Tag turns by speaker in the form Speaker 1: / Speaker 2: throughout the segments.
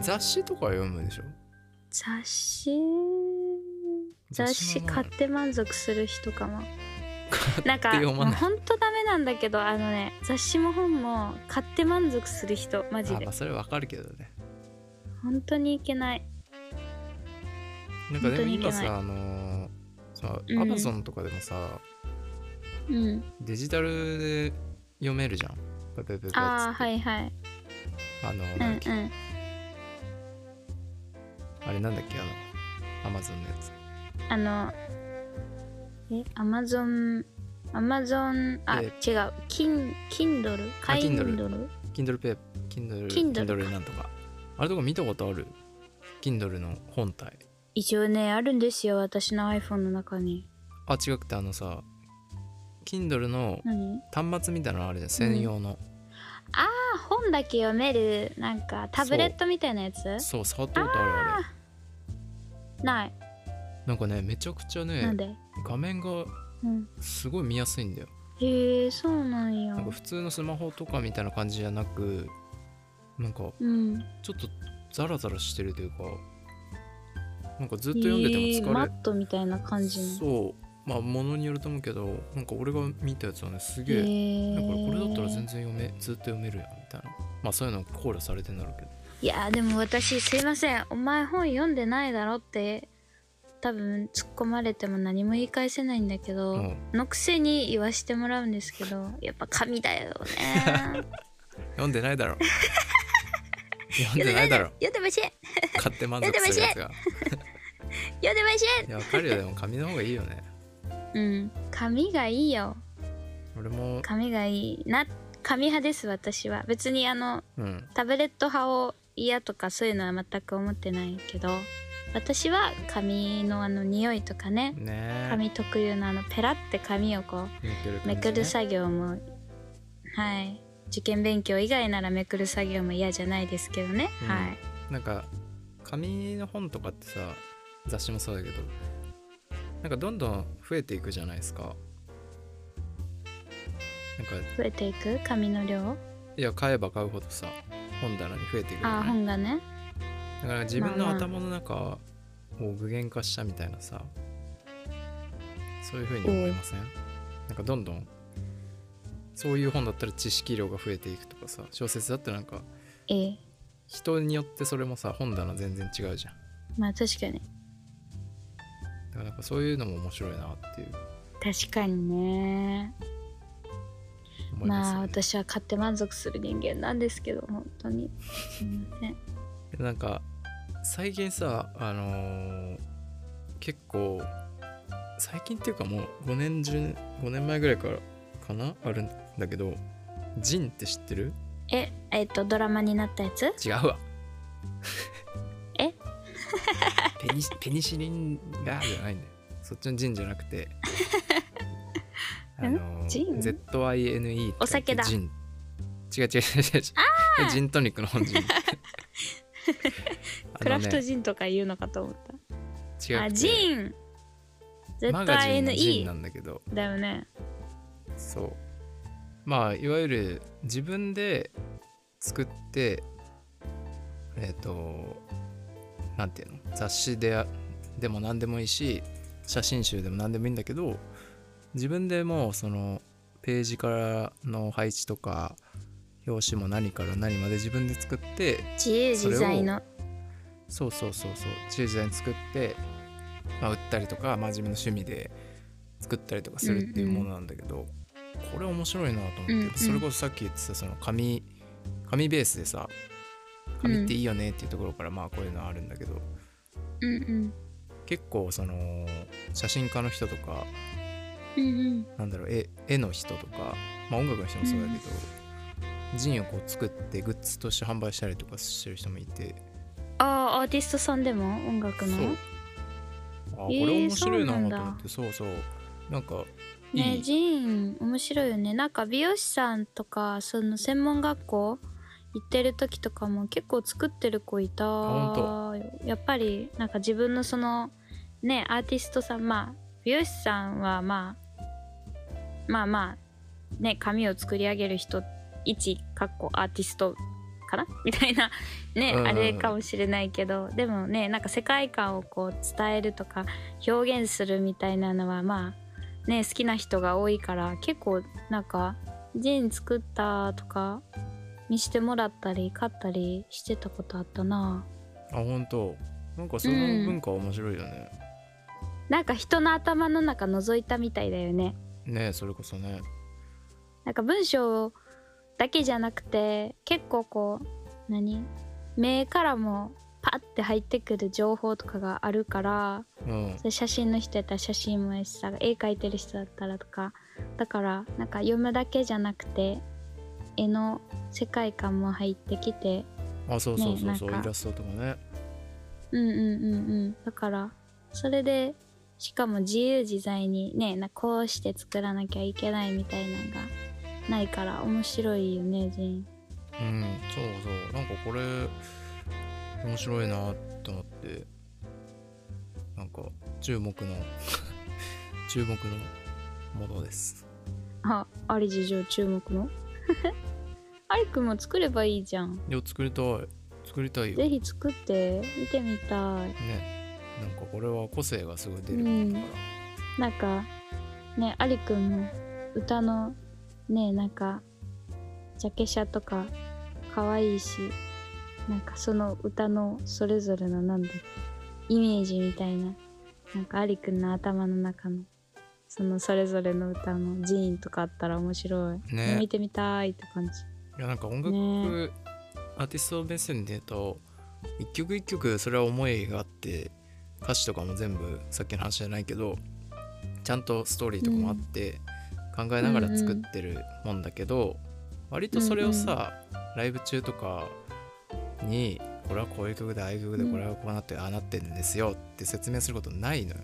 Speaker 1: 雑誌とか読むでしょ
Speaker 2: 雑誌雑誌買って満足する人かもなんか
Speaker 1: 読まない
Speaker 2: ほんとダメなんだけどあのね雑誌も本も買って満足する人マジ
Speaker 1: あ
Speaker 2: で
Speaker 1: まあそれわかるけどね
Speaker 2: 本当にいけない
Speaker 1: なんか
Speaker 2: 本
Speaker 1: でも
Speaker 2: 当にいけ
Speaker 1: 今
Speaker 2: ない
Speaker 1: さあのーさ
Speaker 2: うん
Speaker 1: アマゾンとかでもさ、
Speaker 2: うん
Speaker 1: デジタルで読めるじゃんペペペペっつって
Speaker 2: ああはいはい
Speaker 1: あの、
Speaker 2: うんう
Speaker 1: なんだっけ
Speaker 2: ん
Speaker 1: あれなんだっけあのアマゾンのやつ
Speaker 2: あのえアマゾンアマゾンあ違
Speaker 1: え
Speaker 2: うキンキンドルカインド
Speaker 1: Kindle
Speaker 2: ル
Speaker 1: Kindle ペ
Speaker 2: Kindle
Speaker 1: Kindle
Speaker 2: か
Speaker 1: Kindle なんとかあれとか見たことある Kindle の本体
Speaker 2: 一応ねあるんですよ私の iPhone の中に
Speaker 1: あ違くてあのさ Kindle の
Speaker 2: 何
Speaker 1: 端末みたいなのあるじゃん専用の、
Speaker 2: あ本だけ読めるなんかタブレットみたいなやつ
Speaker 1: そう触ったことあるあれ
Speaker 2: ない
Speaker 1: なんかねめちゃくちゃ
Speaker 2: な
Speaker 1: ね
Speaker 2: んで、
Speaker 1: 画面が
Speaker 2: うん、
Speaker 1: すごい見やすいんだよ
Speaker 2: へえそうなんや
Speaker 1: なんか普通のスマホとかみたいな感じじゃなくなんか
Speaker 2: うん
Speaker 1: ちょっとザラザラしてるというかなんかずっと読んでても疲
Speaker 2: へ
Speaker 1: れ、
Speaker 2: えマットみたいな感じの
Speaker 1: そうまあものによると思うけどなんか俺が見たやつはねすげえ、
Speaker 2: え
Speaker 1: なんかこれだったら全然読めずっと読めるやんみたいなまあそういうの考慮されてんだろうけど
Speaker 2: いやーでも私すいませんお前本読んでないだろって多分突っ込まれても何も言い返せないんだけど、
Speaker 1: うん
Speaker 2: のくせに言わしてもらうんですけどやっぱ神だ よね
Speaker 1: 読んでないだ ろ読んでないだろ
Speaker 2: 読んでましん
Speaker 1: 買って満足するやつが
Speaker 2: 読んでまし
Speaker 1: いやわかるよでも紙の方がいいよね
Speaker 2: んうん神がいいよ
Speaker 1: 俺も
Speaker 2: 紙がいいな紙派です私は別にあの
Speaker 1: うん
Speaker 2: タブレット派を嫌とかそういうのは全く思ってないけど私は紙のあの匂いとかね
Speaker 1: ねえ
Speaker 2: 紙特有のあのペラって紙をこ
Speaker 1: めく
Speaker 2: う
Speaker 1: る感じね
Speaker 2: めくる作業もはい受験勉強以外ならめくる作業も嫌じゃないですけどね、
Speaker 1: うん
Speaker 2: はい
Speaker 1: なんか紙の本とかってさ雑誌もそうだけどなんかどんどん増えていくじゃないですかなんか
Speaker 2: 増えていく紙の量
Speaker 1: いや買えば買うほどさ本棚に増えていくじ
Speaker 2: あー
Speaker 1: ゃない
Speaker 2: 本がね
Speaker 1: だから自分の
Speaker 2: まあまあ
Speaker 1: 頭の中を具現化したみたいなさそういうふうに思いませんなんかどんどんそういう本だったら知識量が増えていくとかさ小説だったらなんか
Speaker 2: ええ
Speaker 1: 人によってそれもさ本棚全然違うじゃん
Speaker 2: まあ確かに
Speaker 1: だからなんかそういうのも面白いなっていう
Speaker 2: 確かにね
Speaker 1: 思いま
Speaker 2: ま
Speaker 1: す
Speaker 2: あ
Speaker 1: よね、
Speaker 2: 私は買って満足する人間なんですけど本当にすいません
Speaker 1: なんか最近さあのー結構最近っていうかもう5年10 5年前ぐらいからかなあるんだけどジンって知ってる
Speaker 2: ええっとドラマになったやつ
Speaker 1: 違うわ
Speaker 2: え
Speaker 1: ペニペニシリンがじゃないんだよそっちのジンじゃな くてあのー
Speaker 2: ジン
Speaker 1: ZINE って
Speaker 2: お酒だ
Speaker 1: ジン違う違う違う違う ジントニックの 本ジン
Speaker 2: クラフト
Speaker 1: ン
Speaker 2: ジンとか言うのかと思っ
Speaker 1: 違
Speaker 2: た
Speaker 1: う
Speaker 2: あジン
Speaker 1: マガジンのジンな
Speaker 2: ZINE
Speaker 1: んだけど
Speaker 2: だよね
Speaker 1: そうまあいわゆる自分で作ってえっ、となんていうの雑誌であでも何でもいいし写真集でも何でもいいんだけど自分でもうそのページからの配置とか表紙も何から何まで自分で作って
Speaker 2: 自由自在の
Speaker 1: そうそうそうそう自由自在に作って、まあ、売ったりとか、まあ、自分の趣味で作ったりとかするっていう
Speaker 2: うんうん
Speaker 1: ものなんだけど、これ面白いなと思って、
Speaker 2: うんうん
Speaker 1: それこそさっき言ってたその紙紙ベースでさ紙っていいよねっていうところから、まあこういうのあるんだけど
Speaker 2: うんうん
Speaker 1: 結構その写真家の人とか
Speaker 2: うんうん
Speaker 1: なんだろう絵絵の人とか、まあ、音楽の人もそうだけど、ジンをこう作ってグッズとして販売したりとかしてる人もいて
Speaker 2: あーアーティストさんでも音楽
Speaker 1: そう
Speaker 2: の
Speaker 1: あこ
Speaker 2: えー
Speaker 1: れ面白いなと
Speaker 2: そう
Speaker 1: 思
Speaker 2: な
Speaker 1: っ
Speaker 2: ん
Speaker 1: てそうそうなんかいい、
Speaker 2: ねジン面白いよねなんか美容師さんとかその専門学校行ってる時とかも結構作ってる子いた
Speaker 1: ほ
Speaker 2: やっぱりなんか自分のそのねアーティストさんまあ美容師さんはまあまあまあね髪を作り上げる人一かっこアーティストかな みたいなね、
Speaker 1: うんうんうん
Speaker 2: あれかもしれないけどでもねなんか世界観をこう伝えるとか表現するみたいなのはまあね好きな人が多いから結構なんかジーン作ったとか見してもらったり買ったりしてたことあったな
Speaker 1: あ本当なんかその文化面白いよね、
Speaker 2: なんか人の頭の中覗いたみたいだよね
Speaker 1: ねそれこそね
Speaker 2: なんか文章だけじゃなくて結構こう何目からもパッて入ってくる情報とかがあるから
Speaker 1: うん
Speaker 2: それ写真の人やったら写真もやしさ絵描いてる人だったらとかだからなんか読むだけじゃなくて絵の世界観も入ってきて
Speaker 1: あそうそうそうそう、
Speaker 2: ねなんか
Speaker 1: イラストとかね
Speaker 2: うんうんうんうんだからそれでしかも自由自在にねなこうして作らなきゃいけないみたいなのがないから面白いよねジン。
Speaker 1: うんそうそうなんかこれ面白いなと思ってなんか注目の 注目のものです
Speaker 2: あ、あれ事情注目の あれくんも作ればいいじゃん。
Speaker 1: いや作りたい作りたいよ
Speaker 2: ぜひ作って見てみたい。
Speaker 1: ねなんかこれは個性がすごい出
Speaker 2: う
Speaker 1: る
Speaker 2: ん
Speaker 1: だから、
Speaker 2: なんか、ね、ありくんも歌の、ね、なんか、ジャケ写とか、可愛いし、なんかその歌のそれぞれのなんだろうイメージみたいな、なんかありくんの頭の中の、そのそれぞれの歌の寺院とかあったら面白い。
Speaker 1: ね
Speaker 2: 見てみたいって感じ。
Speaker 1: いやなんか音楽、
Speaker 2: ね
Speaker 1: アーティスト目線で言うと一曲一曲それは思いがあって歌詞とかも全部さっきの話じゃないけどちゃんとストーリーとかもあって、考えながら作ってるもんだけど、割とそれをさ、ライブ中とかにこれはこういう曲でああいう曲で
Speaker 2: うん
Speaker 1: これはこうなって、ああなってんですよって説明することないのよ。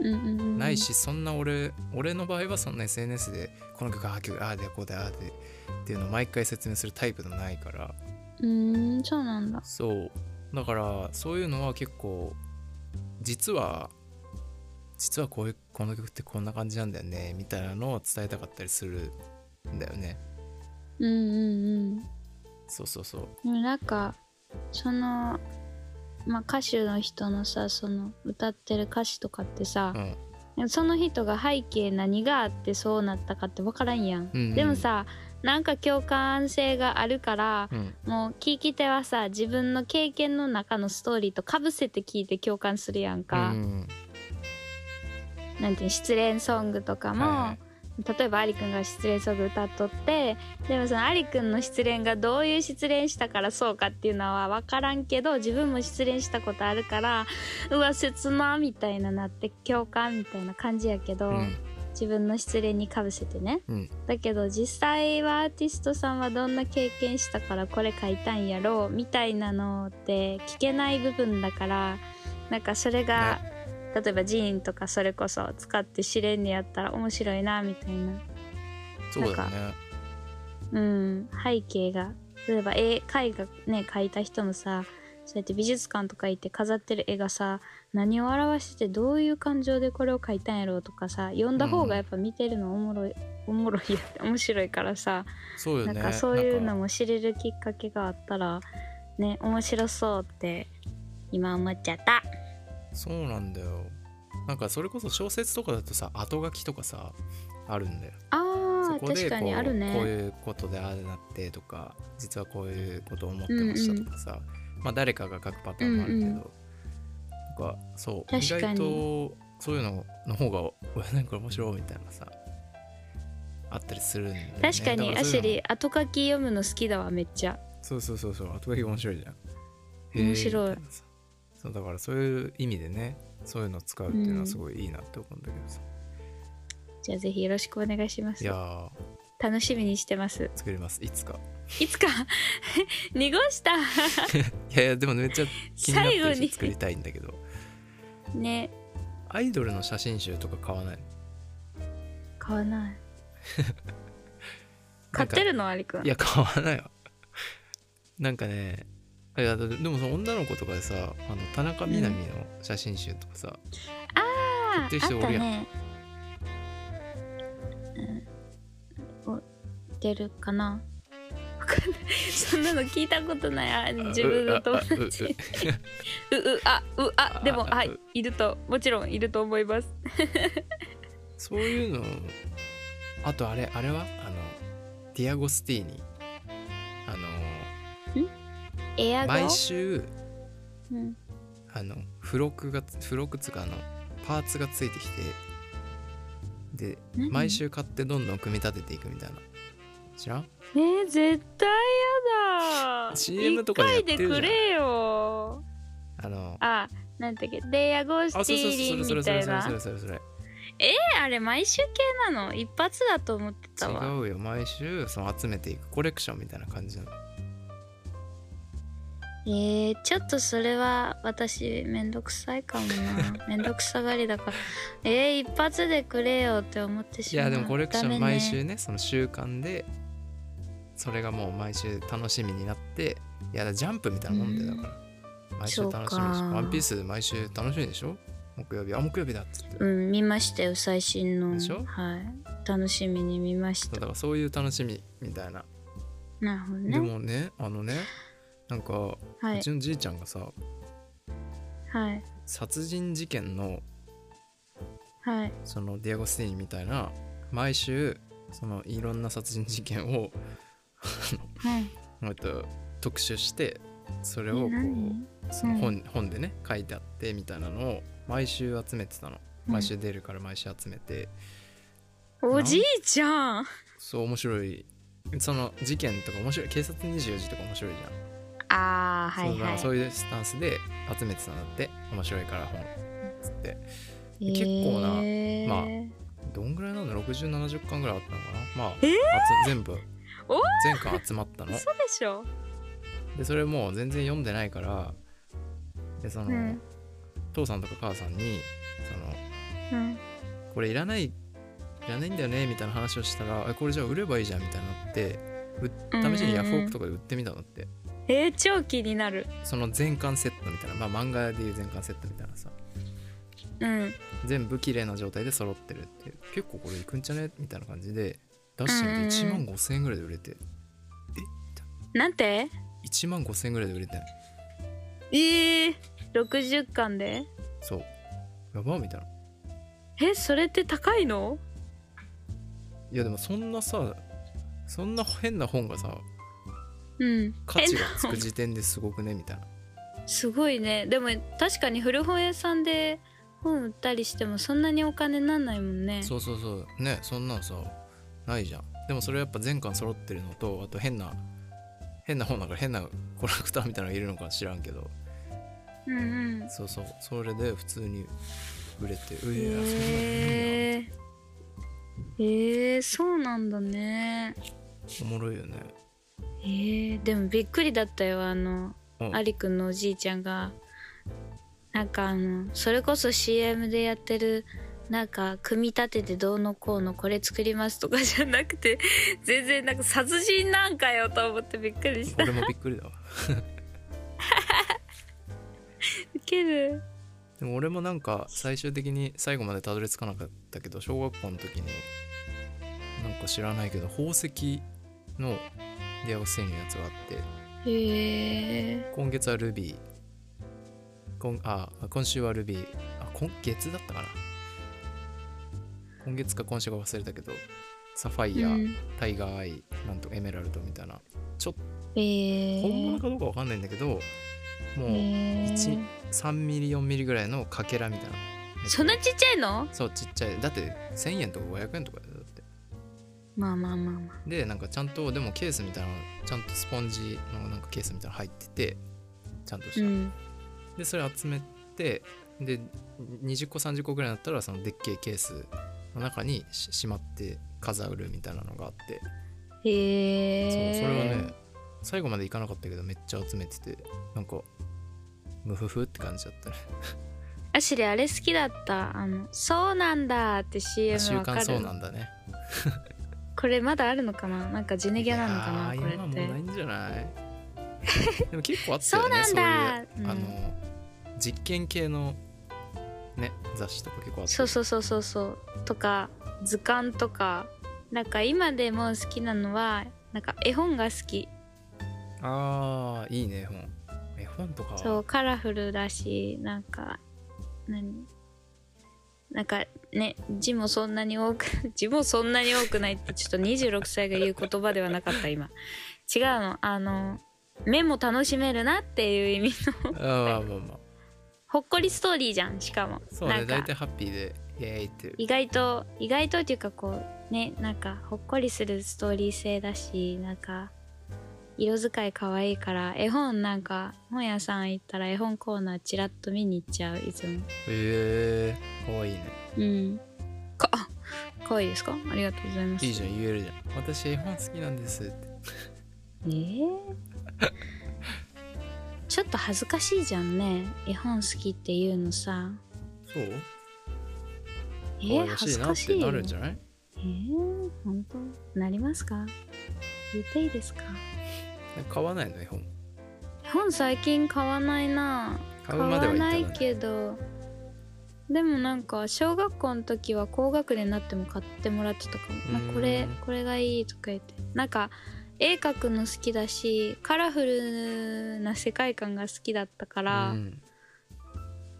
Speaker 2: うんうんうん、
Speaker 1: ないしそんな俺俺の場合はそんな SNS でこの曲ああ曲ああでこうでああでっていうのを毎回説明するタイプでもないから
Speaker 2: うーんそうなんだ
Speaker 1: そうだからそういうのは結構実は実はこういうこの曲ってこんな感じなんだよねみたいなのを伝えたかったりするんだよね
Speaker 2: うんうんうんで
Speaker 1: そうそうそう
Speaker 2: もなんかそのまあ歌手の人のさその歌ってる歌詞とかってさ
Speaker 1: う、ん
Speaker 2: その人が背景何があってそうなったかって分からんやん、
Speaker 1: うんうん
Speaker 2: でもさなんか共感性があるから、
Speaker 1: うん
Speaker 2: もう聞き手はさ自分の経験の中のストーリーとかぶせて聞いて共感するやんか、
Speaker 1: うん
Speaker 2: なんていうの失恋ソングとかも、
Speaker 1: はい
Speaker 2: 例えばアリくんが失恋ソング歌っとってでもそのアリくんの失恋がどういう失恋したからそうかっていうのは分からんけど自分も失恋したことあるからうわ切なみたいななって共感みたいな感じやけど、
Speaker 1: はい
Speaker 2: 自分の失恋にかぶせてね
Speaker 1: うんうん
Speaker 2: だけど実際はアーティストさんはどんな経験したからこれ書いたんやろうみたいなのって聞けない部分だからなんかそれが、例えばジーンとかそれこそ使って知れんねやったら面白いなみたいな
Speaker 1: そうだよね
Speaker 2: うん背景が例えば絵絵画ね描いた人もさそうやって美術館とか行って飾ってる絵がさ何を表しててどういう感情でこれを描いたんやろうとかさ読んだ方がやっぱ見てるのおもろい、 おもろいやって面白いからさ
Speaker 1: そうよ
Speaker 2: な
Speaker 1: ね
Speaker 2: んかそういうの
Speaker 1: も
Speaker 2: も知れるきっかけがあったらね面白そうって今思っちゃった
Speaker 1: そうなんだよなんかそれこそ小説とかだとさ後書きとかさあるんだよ
Speaker 2: あ
Speaker 1: そ
Speaker 2: ー
Speaker 1: こで
Speaker 2: 確
Speaker 1: こ
Speaker 2: かにあ
Speaker 1: う
Speaker 2: る
Speaker 1: こう
Speaker 2: ね
Speaker 1: いうことでああなってとか実はこういうことを思ってましたとかさ、まあ誰かが書くパターンもあるけど、
Speaker 2: うんうん
Speaker 1: なんかそう意
Speaker 2: 確か
Speaker 1: 外
Speaker 2: に
Speaker 1: とそういうのの方が 「うわなんか面白い」みたいなさあったりするんだよね
Speaker 2: 確かに
Speaker 1: だ
Speaker 2: ア
Speaker 1: そ
Speaker 2: シ
Speaker 1: ういうのも
Speaker 2: リ後書き読むの好きだわめっちゃ
Speaker 1: そうそうそうそう後書き面白いじゃんへー
Speaker 2: 面白い
Speaker 1: みたなさそうだからそういう意味でねそういうのを使うっていうのはすごいいいなって思うんだけどさ、
Speaker 2: じゃあぜひよろしくお願いします
Speaker 1: いやー
Speaker 2: 楽しみにしてます
Speaker 1: 作りますいつか
Speaker 2: いつか 濁した
Speaker 1: いやいやでもめっちゃ気になって
Speaker 2: 最後
Speaker 1: るし
Speaker 2: に
Speaker 1: 作りたいんだけど
Speaker 2: ね
Speaker 1: アイドルの写真集とか買わない
Speaker 2: 買わ ない
Speaker 1: な
Speaker 2: 買
Speaker 1: ん
Speaker 2: っ
Speaker 1: か
Speaker 2: てるのアリくん
Speaker 1: いや買わないわなんかねいやででもその女の子とかでさあの田中みな実の写真集とかさ、
Speaker 2: あ
Speaker 1: っ
Speaker 2: ー
Speaker 1: てる人
Speaker 2: あっ
Speaker 1: お
Speaker 2: た
Speaker 1: るやん
Speaker 2: ねうんお出るかなわかそんなの聞いたことないあ
Speaker 1: あ
Speaker 2: 自分の友
Speaker 1: うあ
Speaker 2: 達 ううあうあ
Speaker 1: あ
Speaker 2: でも
Speaker 1: あ
Speaker 2: はいいるともちろんいると思います
Speaker 1: そういうのあとあれあれはあのディアゴスティーニあ
Speaker 2: エア
Speaker 1: の
Speaker 2: ゴ、
Speaker 1: 毎週
Speaker 2: うん、
Speaker 1: あの付録が付録っつうかあのパーツがついてきてで
Speaker 2: 何
Speaker 1: 毎週買ってどんどん組み立てていくみたいな知らん
Speaker 2: えー、絶対やだ
Speaker 1: CM とかでやってるじゃん
Speaker 2: 一回でくれよ
Speaker 1: あの
Speaker 2: あなんだっけデイアゴステ
Speaker 1: あそうそう
Speaker 2: ィ
Speaker 1: そ
Speaker 2: ー
Speaker 1: う
Speaker 2: リ
Speaker 1: それ
Speaker 2: み
Speaker 1: そ
Speaker 2: た
Speaker 1: れ
Speaker 2: い
Speaker 1: それそ
Speaker 2: な
Speaker 1: れそれそれ
Speaker 2: えあれ毎週系なの一発だと思ってたわ
Speaker 1: 違うよ毎週その集めていくコレクションみたいな感じなの
Speaker 2: えー、ちょっとそれは私めんどくさいかも なめんどくさがりだからえー、一発でくれよって思って
Speaker 1: い
Speaker 2: しまう
Speaker 1: やでもコレクシ
Speaker 2: ダメね
Speaker 1: ョン毎週ねその習慣でそれがもう毎週楽しみになっていやだからジャンプみたいなもんでだから毎週楽しみでし
Speaker 2: そ
Speaker 1: ょ
Speaker 2: うか
Speaker 1: ワンピース毎週楽しみでしょ木曜日あ木曜日だっつって、
Speaker 2: うん見ましたよ最新の
Speaker 1: でしょ
Speaker 2: はい楽しみに見まし
Speaker 1: だ
Speaker 2: た
Speaker 1: からそういう楽しみみたいな、
Speaker 2: なるほど
Speaker 1: で
Speaker 2: ね
Speaker 1: もねあのねなんか
Speaker 2: は
Speaker 1: う
Speaker 2: い
Speaker 1: ちのじいちゃんがさ
Speaker 2: はい
Speaker 1: 殺人事件の
Speaker 2: はい
Speaker 1: そのディアゴスティーニみたいな毎週そのいろんな殺人事件を
Speaker 2: はい
Speaker 1: えっと特集してそ
Speaker 2: え
Speaker 1: れをこう
Speaker 2: 何
Speaker 1: その本,、本でね書いてあってみたいなのを毎週集めてたの
Speaker 2: うん
Speaker 1: 毎週出るから毎週集めて、
Speaker 2: おじいちゃん
Speaker 1: そう面白いその事件とか面白い警察24時とか面白いじゃん、
Speaker 2: あーは
Speaker 1: そう
Speaker 2: い
Speaker 1: だか
Speaker 2: は
Speaker 1: ら
Speaker 2: い
Speaker 1: そういうスタンスで集めてたんだって面白いから本つって結構な
Speaker 2: えー
Speaker 1: まあどんぐらいなの6070巻ぐらいあったのかなまあ、
Speaker 2: え
Speaker 1: あつ全部
Speaker 2: おー
Speaker 1: 全巻集まったの
Speaker 2: 嘘でしょ
Speaker 1: でそれもう全然読んでないからでその、
Speaker 2: うん
Speaker 1: 父さんとか母さんにその
Speaker 2: うん
Speaker 1: これいらないいらないんだよねみたいな話をしたらえこれじゃあ売ればいいじゃんみたいになって試しにヤフオクと
Speaker 2: か
Speaker 1: かで売ってみたのって、
Speaker 2: えー、超気になる
Speaker 1: その全巻セットみたいなまあ漫画でいう全巻セットみたいなさ
Speaker 2: うん
Speaker 1: 全部綺麗な状態で揃ってるっていう結構これいくんじゃねみたいな感じで出して
Speaker 2: うんうんうん
Speaker 1: みて1万5000円ぐらいで売れて
Speaker 2: なんて
Speaker 1: 1万5000円ぐらいで売れて
Speaker 2: えー、60巻で
Speaker 1: そうやばみたいな
Speaker 2: えそれって高いの
Speaker 1: いやでもそんなさそんな変な本がさ
Speaker 2: うん
Speaker 1: 価値が
Speaker 2: え
Speaker 1: つく時点ですごくねみたいな
Speaker 2: すごいねでも確かに古本屋さんで本売ったりしてもそんなにお金なんないもんね
Speaker 1: そうそうそうねそんなんさないじゃんでもそれはやっぱ全巻揃ってるのとあと変な変な本だから変なコラクターみたいなのがいるのか知らんけど
Speaker 2: うんうん
Speaker 1: そうそうそれで普通に売れてうえやそんなのいるん
Speaker 2: へえーえー、そうなんだね
Speaker 1: だおもろいよね
Speaker 2: えー、でもびっくりだったよあの
Speaker 1: うん
Speaker 2: アリくんのおじいちゃんがなんかあのそれこそ CM でやってるなんか組み立ててどうのこうのこれ作りますとかじゃなくて全然なんか殺人なんかよと思ってびっくりした
Speaker 1: 俺もびっくりだわ
Speaker 2: ウケる
Speaker 1: でも俺もなんか最終的に最後までたどり着かなかったけど小学校の時になんか知らないけど宝石のディアゴスティーニのやつがあって
Speaker 2: へえ
Speaker 1: 今月はルビー今あ今週はルビーあ今月だったかな今月か今週か忘れたけどサファイア、
Speaker 2: うん
Speaker 1: タイガーアイなんとエメラルドみたいなちょっと
Speaker 2: えー、
Speaker 1: 本物かどうかわかんないんだけど、もう
Speaker 2: え
Speaker 1: 1
Speaker 2: ー、
Speaker 1: 3ミリ4ミリぐらいのかけらみたいな
Speaker 2: そんなちっちゃいの
Speaker 1: そうちっちゃいだって1000円とか500円とかだよだって
Speaker 2: まあまあまあまあ
Speaker 1: でなんかちゃんとでもケースみたいなのちゃんとスポンジのなんかケースみたいなの入っててちゃんとした、
Speaker 2: うん
Speaker 1: でそれ集めてで20個30個ぐらいになったらそのでっけえケースの中にししまって飾るみたいなのがあって、
Speaker 2: へえー、
Speaker 1: そうそれはね最後までいかなかったけどめっちゃ集めててなんかムフフって感じだったね
Speaker 2: アシュリーあれ好きだったあの「そうなんだ」って CM
Speaker 1: 週
Speaker 2: わか
Speaker 1: 刊
Speaker 2: る
Speaker 1: そうなんだね
Speaker 2: これまだあるのかななんかジェネギャなのかないこ
Speaker 1: やー
Speaker 2: れ
Speaker 1: 今
Speaker 2: っ
Speaker 1: もうな
Speaker 2: て
Speaker 1: いんじゃない でも結構あったよね
Speaker 2: そうなんだ
Speaker 1: そういうあ
Speaker 2: うん
Speaker 1: の実験系のね雑誌とか結構あった
Speaker 2: そう
Speaker 1: う
Speaker 2: そうそうそうそうとか図鑑とかなんか今でも好きなのはなんか絵本が好き
Speaker 1: ああいいね絵本絵本とか
Speaker 2: そうカラフルだしなんか何なんかね字もそんなに多く 字もそんなに多くないってちょっと26歳が言う言葉ではなかった今違うのあの目も楽しめるなっていう意味
Speaker 1: あーまあまあまあ
Speaker 2: ほっこりストーリーじゃんしかも
Speaker 1: そう
Speaker 2: な
Speaker 1: ね大
Speaker 2: んか
Speaker 1: 体ハッピーでイエーイって
Speaker 2: 意外と意外とっていうかこうねなんかほっこりするストーリー性だしなんか色使い可愛いから絵本なんか本屋さん行ったら絵本コーナーちらっと見に行っちゃういつも
Speaker 1: えー、かわいいね
Speaker 2: うんかあ可愛いですかありがとうございます
Speaker 1: いいじゃん言えるじゃん私絵本好きなんですって
Speaker 2: えー ちょっと恥ずかしいじゃんね絵本好きっていうのさ
Speaker 1: そう
Speaker 2: え
Speaker 1: 可愛
Speaker 2: ー、
Speaker 1: ら
Speaker 2: 恥
Speaker 1: しい
Speaker 2: ず
Speaker 1: な
Speaker 2: か
Speaker 1: っ
Speaker 2: してい
Speaker 1: な
Speaker 2: よ
Speaker 1: るんじゃない
Speaker 2: えー、本当なりますか言っていいですか
Speaker 1: 買わないの絵本
Speaker 2: 絵本最近買わないな
Speaker 1: 買
Speaker 2: 買
Speaker 1: うま
Speaker 2: わ
Speaker 1: ではいった
Speaker 2: な
Speaker 1: ら、
Speaker 2: い
Speaker 1: ね、
Speaker 2: けどでもなんか小学校の時は高学年になっても買ってもらってたかも、ま
Speaker 1: うん
Speaker 2: あ、これこれがいいとか言ってなんか絵描くの好きだしカラフルな世界観が好きだったから
Speaker 1: うん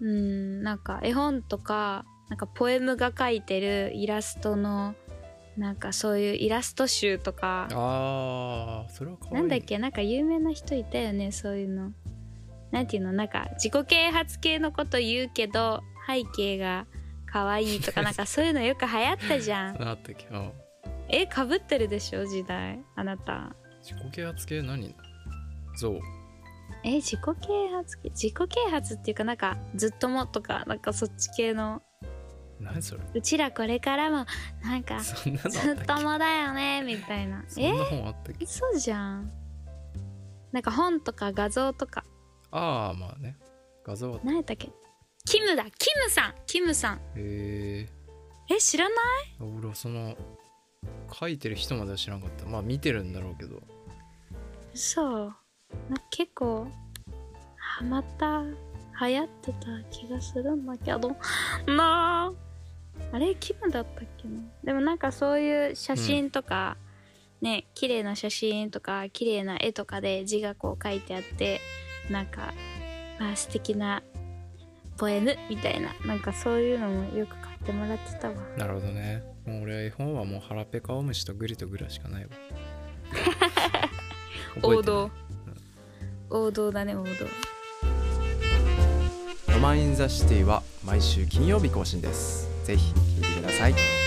Speaker 2: うんなんか絵本とかなんかポエムが描いてるイラストのなんかそういうイラスト集とか
Speaker 1: あーそれは可愛いね
Speaker 2: なんだっけなんか有名な人いたよねそういうのなんていうのなんか自己啓発系のこと言うけど背景が可愛いと かなんかそういうのよく流行ったじゃん
Speaker 1: なんだったっけあ
Speaker 2: えかぶってるでしょ時代あなた
Speaker 1: 自己啓発系何ゾウ
Speaker 2: え自己啓発系自己啓発っていうかなんかずっともとかなんかそっち系の
Speaker 1: 何それ
Speaker 2: うちらこれからもなんかず
Speaker 1: そんなの
Speaker 2: っ
Speaker 1: あった
Speaker 2: と
Speaker 1: っ
Speaker 2: もだよねみたいな
Speaker 1: けそ
Speaker 2: え
Speaker 1: んな本あったっけ
Speaker 2: そうじゃんなんか本とか画像とか
Speaker 1: ああまあね画像は
Speaker 2: 何やったっけキムだキムさんキムさん
Speaker 1: へえ
Speaker 2: え知らない
Speaker 1: 俺はその書いてる人までは知らなかったまあ見てるんだろうけど
Speaker 2: そう結構ハマった流行ってた気がするんだけどなああれキムだったっけなでもなんかそういう写真とか、ね綺麗な写真とか綺麗な絵とかで字がこう書いてあってなんかまあ素敵なポエムみたいななんかそういうのもよく買ってもらってたわ
Speaker 1: なるほどねもう俺は絵本はもう腹ペカオムシとグリとグラしかないわ覚えてない
Speaker 2: 王道王道だね王道
Speaker 3: ロマン・イン・ザ・シティは毎週金曜日更新ですぜひ聴いてください